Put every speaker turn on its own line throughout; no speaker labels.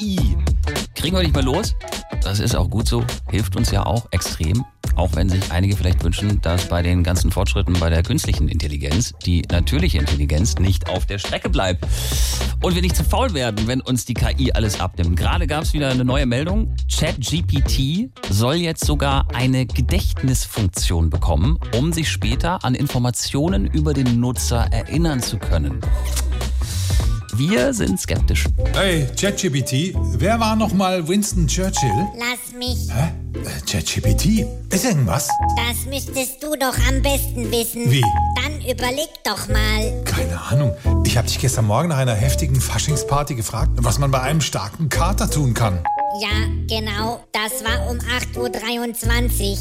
KI. Kriegen wir nicht mehr los? Das ist auch gut so, hilft uns ja auch extrem. Auch wenn sich einige vielleicht wünschen, dass bei den ganzen Fortschritten bei der künstlichen Intelligenz die natürliche Intelligenz nicht auf der Strecke bleibt. Und wir nicht zu faul werden, wenn uns die KI alles abnimmt. Gerade gab es wieder eine neue Meldung. ChatGPT soll jetzt sogar eine Gedächtnisfunktion bekommen, um sich später an Informationen über den Nutzer erinnern zu können. Wir sind skeptisch.
Hey, ChatGPT, wer war nochmal Winston Churchill?
Lass mich.
Hä? Äh, ChatGPT, ist irgendwas?
Das müsstest du doch am besten wissen.
Wie?
Dann überleg doch mal.
Keine Ahnung. Ich habe dich gestern Morgen nach einer heftigen Faschingsparty gefragt, was man bei einem starken Kater tun kann.
Ja, genau. Das war um 8.23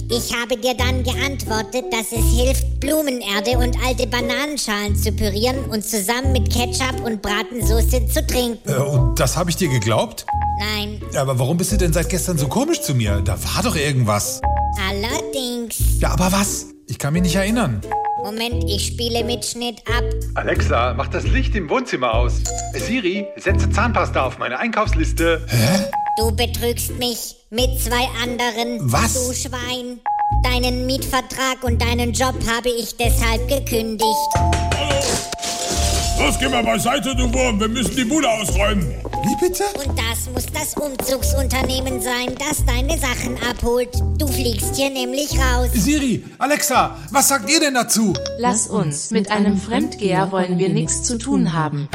Uhr. Ich habe dir dann geantwortet, dass es hilft, Blumenerde und alte Bananenschalen zu pürieren und zusammen mit Ketchup und Bratensoße zu trinken.
Äh, und das habe ich dir geglaubt?
Nein,
Aber warum bist du denn seit gestern so komisch zu mir? Da war doch irgendwas.
allerdings.
Ja, aber was? Ich kann mich nicht erinnern.
Moment, ich spiele mit Schnitt ab.
Alexa, mach das Licht im Wohnzimmer aus. Siri, setze Zahnpasta auf meine Einkaufsliste.
Du betrügst mich mit zwei anderen.
Was?
Du Schwein. Deinen Mietvertrag und deinen Job habe ich deshalb gekündigt.
Los, geh mal beiseite, du Wurm. Wir müssen die Bude ausräumen.
Wie bitte?
Und das muss das Umzugsunternehmen sein, das deine Sachen abholt. Du fliegst hier nämlich raus.
Siri, Alexa, was sagt ihr denn dazu?
Lass uns, mit einem Fremdgeher wollen wir nichts zu tun haben.